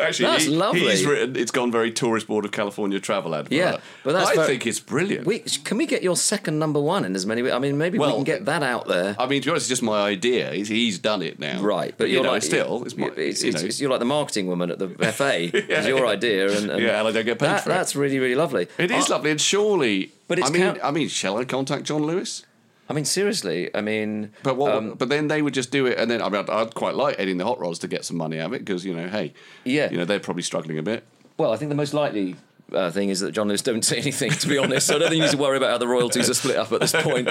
Actually, That's he- lovely. He's written. It's gone very tourist board of California travel ad. uh, Yeah, but that's I very- think it's brilliant. we, can we get your second number one in as many? I mean, maybe we Well, can get that out there. I mean, to be honest, it's just my idea. He's, he's done it now, Right, but, But you you're know, like still, it's my, it's- you it's- know. it's- you're like the marketing woman at the *laughs* FA. It's your idea, and, Yeah, and I don't get paid that- for it. That's really, really lovely. It is I- lovely, and surely, But it's I mean, count- I mean, shall I contact John Lewis? I mean, seriously. I mean, But what? um, but then they would just do it, and then I mean, I'd, I'd quite like Eddie and the Hot Rods to get some money out of it because you know, hey, yeah, you know, they're probably struggling a bit. Well, I think the most likely uh, thing is that John Lewis don't *laughs* say anything. To be honest, so I don't think you need to worry about how the royalties are split up at *laughs* this point.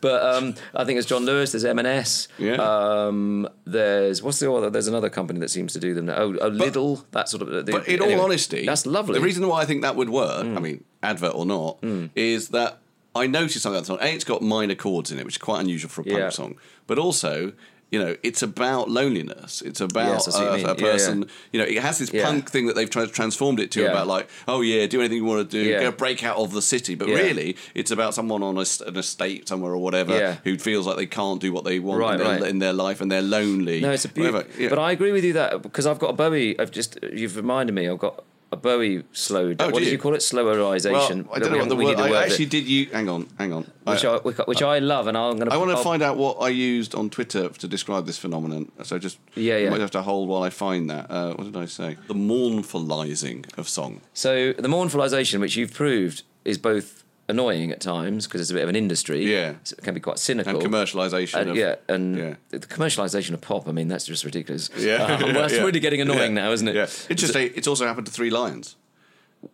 But um, I think it's John Lewis. There's M&S. Yeah. Um, there's what's the other? There's another company that seems to do them. now. Oh, oh Lidl. That sort of. uh, But in all anyway, honesty, that's lovely. Mm. The reason why I think that would work, I mean, advert or not, is that I noticed something on that song. A, it's got minor chords in it, which is quite unusual for a punk Yeah. song. But also, you know, it's about loneliness. It's about Yes, I see what a, you a mean. Yeah, person. yeah. You know, it has this Yeah. punk thing that they've tried transformed it to Yeah. about like, oh yeah, do anything you want to do, Yeah. get a break out of the city. But Yeah. really, it's about someone on a, s- an estate somewhere or whatever Yeah. who feels like they can't do what they want Right, in, their, right. in their life and they're lonely. No, it's a beautiful. whatever. Yeah. But I agree with you that because I've got a Bowie. I've just you've reminded me. I've got a Bowie slow. Oh, what do did you? you call it? Slowerization. Well, I don't know what the word. I actually did. You hang on, hang on. Uh, Which I- which I- which I love, and I'm gonna- I want to I'll- find out what I used on Twitter to describe this phenomenon. So just Yeah, you yeah. Might have to hold while I find that. Uh, what did I say? The mournfulizing of song. So the mournfulization, which you've proved, is both annoying at times because it's a bit of an industry. Yeah, it can be quite cynical. And commercialisation And, of- Uh, yeah, and the the commercialisation of pop. I mean, that's just ridiculous. Yeah, *laughs* Um, well, that's *laughs* Yeah. really getting annoying Yeah. now, isn't it? Yeah, it's just a, it's also happened to Three Lions.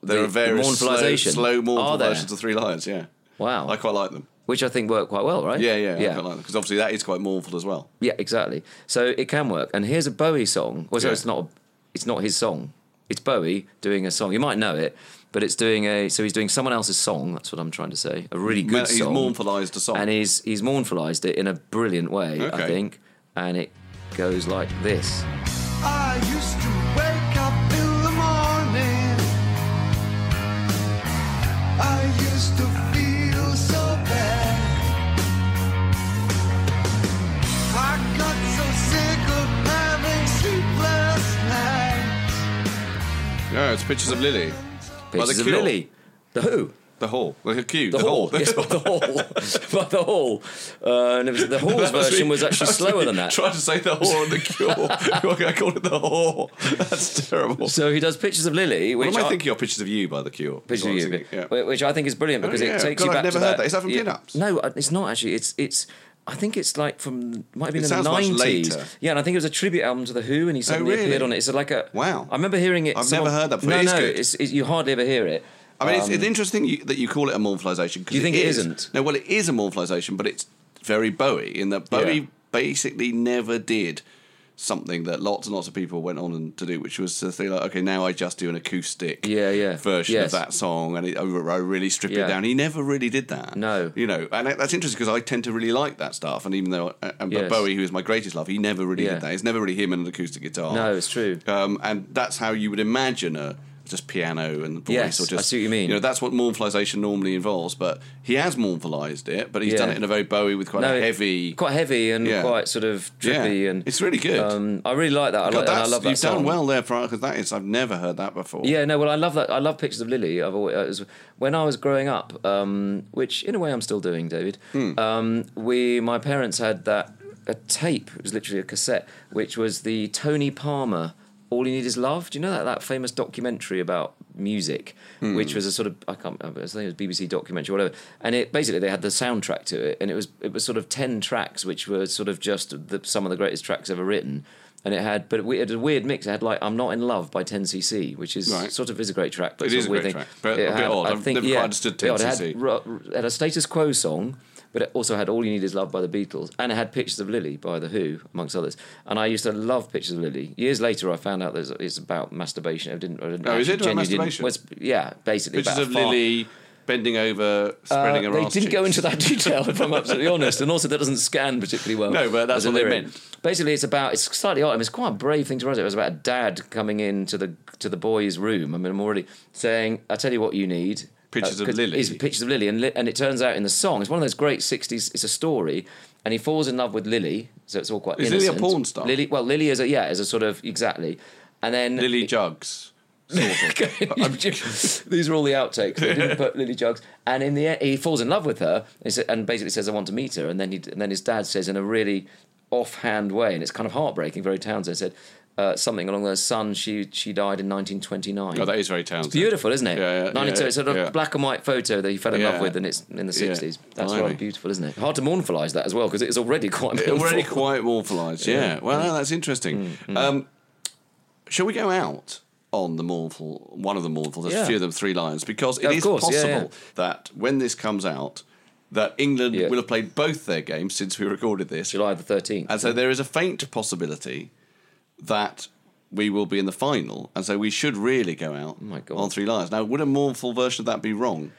There The- are various the slow, mournfulization. slow Are mournful there? versions of Three Lions. Yeah, Wow, I quite like them. which I think work quite well, right? Yeah, yeah, I yeah. quite like them because obviously that is quite mournful as well. Yeah, exactly. So it can work. And here's a Bowie song. Well, so Yeah. it's not. It's not his song. It's Bowie doing a song. You might know it, but it's doing a. So he's doing someone else's song. That's what I'm trying to say. A really Ma- good he's song. mournfulized a song. and he's he's mournfulized it in a brilliant way, Okay. I think. And it goes like this. I used to wake up in the morning. I used to feel so bad. I got so sick of having sleepless nights. Yeah, it's pictures of Lily. By Pictures the of Cure. Lily. The who? The Hall. The Q. The, *laughs* Hall. yes, by the *laughs* Hall. by the Hall. Uh, and it was, the Hall's *laughs* That must version be- was actually must slower be than that. Trying to say the whore and *laughs* the cure. I called it the whore. *laughs* That's terrible. So he does pictures of Lily. Which what am I, thinking of? Pictures of you by the cure. Pictures That's of what I was you, thinking, yeah. whi- which I think is brilliant Oh, because yeah. it takes God, you I've back never to that. heard that. Is that from Yeah. Pin Ups? No, uh, it's not actually. It's it's. I think it's like from might have been It in sounds the much nineties. later. Oh, Yeah, and I think it was a tribute album to the Who, and he suddenly really? appeared on it. It's like a Wow. I remember hearing it. I've never heard that before. No, It is no, good. It's, it, you hardly ever hear it. I mean, it's, Um, it's interesting you, that you call it a morphalization. Do you think it isn't? No, well, it is a morphalization, but it's very Bowie in that Bowie Yeah. basically never did something that lots and lots of people went on and to do, which was to think like, okay, now I just do an acoustic Yeah, yeah. version Yes. of that song and it, I, I really strip Yeah. it down. He never really did that. No. You know, and that- that's interesting because I tend to really like that stuff. And even though, uh, and, but Yes. Bowie, who is my greatest love, he never really Yeah. did that. It's never really him and an acoustic guitar. No, it's true. Um, and that's how you would imagine a just piano and voice Yes, or just I see what you mean. know that's what mournfulization normally involves but he has mournfulized it but he's Yeah. done it in a very Bowie with quite No, a it- heavy quite heavy and Yeah. quite sort of drippy Yeah. and It's really good. Um, I really like that. I, God, like, and I that's- love that you've song. done well there because that is I've never heard that before Yeah, no, well, I love that. I love pictures of Lily. I've always, uh, it was- when I was growing up, um, which in a way I'm still doing, David. Um, we, my parents had that a tape. It was literally a cassette, which was the Tony Palmer "All You Need Is Love." Do you know that that famous documentary about music, Hmm. which was a sort of I can't, I think it was BBC documentary, or whatever. And it basically they had the soundtrack to it, and it was it was sort of ten tracks, which were sort of just the, some of the greatest tracks ever written. And it had, but it had a weird mix. It had like "I'm Not in Love" by 10cc, which is Right. sort of is a great track, but It sort is of a weird great thing. track, but a bit odd. I've never quite understood bit odd. It 10cc. had, ro- ro- had a status quo song, but it also had "All You Need Is Love" by the Beatles, and it had "Pictures of Lily" by the Who, amongst others. And I used to love "Pictures of Lily." Years later, I found out that it's about masturbation. I didn't. I didn't Oh, is actually it about genuinely didn't- masturbation? well, it's- yeah, basically. pictures about a of fart. Lily bending over Uh, spreading her they arse didn't go cheeks. into that detail, if I'm absolutely honest, and also that doesn't scan particularly well. No, but that's as a what they lyric. meant. Basically, it's about it's slightly odd. I mean, it's quite a brave thing to write. It was about a dad coming into the to the boy's room. I mean, I'm already saying, "I tell you what, you need Pictures of 'cause Lily. It's pictures of Lily, and li- and it turns out in the song, it's one of those great '60s. It's a story, and he falls in love with Lily. So it's all quite. Is Lily a innocent. porn star? Lily, well, Lily is a yeah, is a sort of exactly, and then Lily *laughs* Jugs these are all the outtakes. They didn't put Lily Jugs. And in the end, he falls in love with her and sa- and basically says, "I want to meet her." And then he, and then his dad says in a really offhand way, and it's kind of heartbreaking, very Townsend said, uh, something along those. Son, she she died in 1929. Oh, that is very Townsend. It's beautiful, isn't it? Yeah, yeah, 92. yeah, it's sort of yeah. black and white photo that you fell in Yeah. love with, and it's in the Yeah. 60s. That's Blimey. rather beautiful, isn't it? Hard to mournfalise that as well because it's already quite It mournful. already quite morphalised. Yeah. Yeah. Mm. Well, no, that's interesting. Um, shall we go out on the mournful? One of the mournful. There's Yeah. a few of them, three lions, because it Of is course, yeah, possible yeah. that when this comes out, that England will have played both their games since we recorded this, July the 13th, and so there is a faint possibility that. We will be in the final, and so we should really go out on three lions. Now, would a mournful version of that be wrong?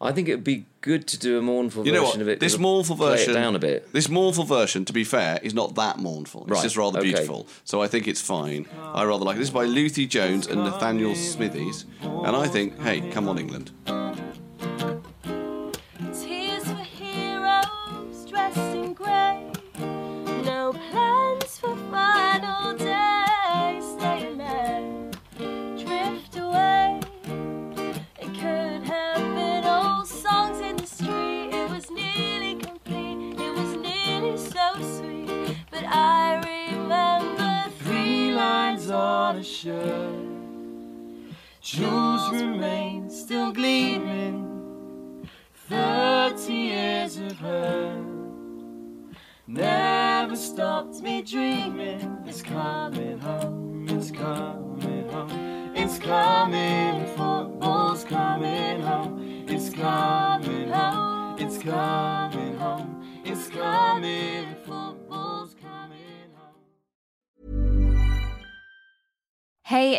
I think it would be good to do a mournful You know version of what? it. This 'cause mournful play it version down a bit. This mournful version, to be fair, is not that mournful. It's Right, just rather okay. beautiful. So I think it's fine. I rather like it. This is by Luthi Jones and Nathaniel Smithies, and I think, hey, come on, England. Tears for heroes dressed in grey. No plans for final day. Stay mad, drift away. It could have been old songs in the street. It was nearly complete. It was nearly so sweet. But I remember Three lines on a shirt. Jewels remain still gleaming. Thirty years of her. Never stopped me dreaming. It's coming home. It's coming home. It's coming. Football's coming home. It's coming home. It's coming home. It's coming. Football's coming. Hey,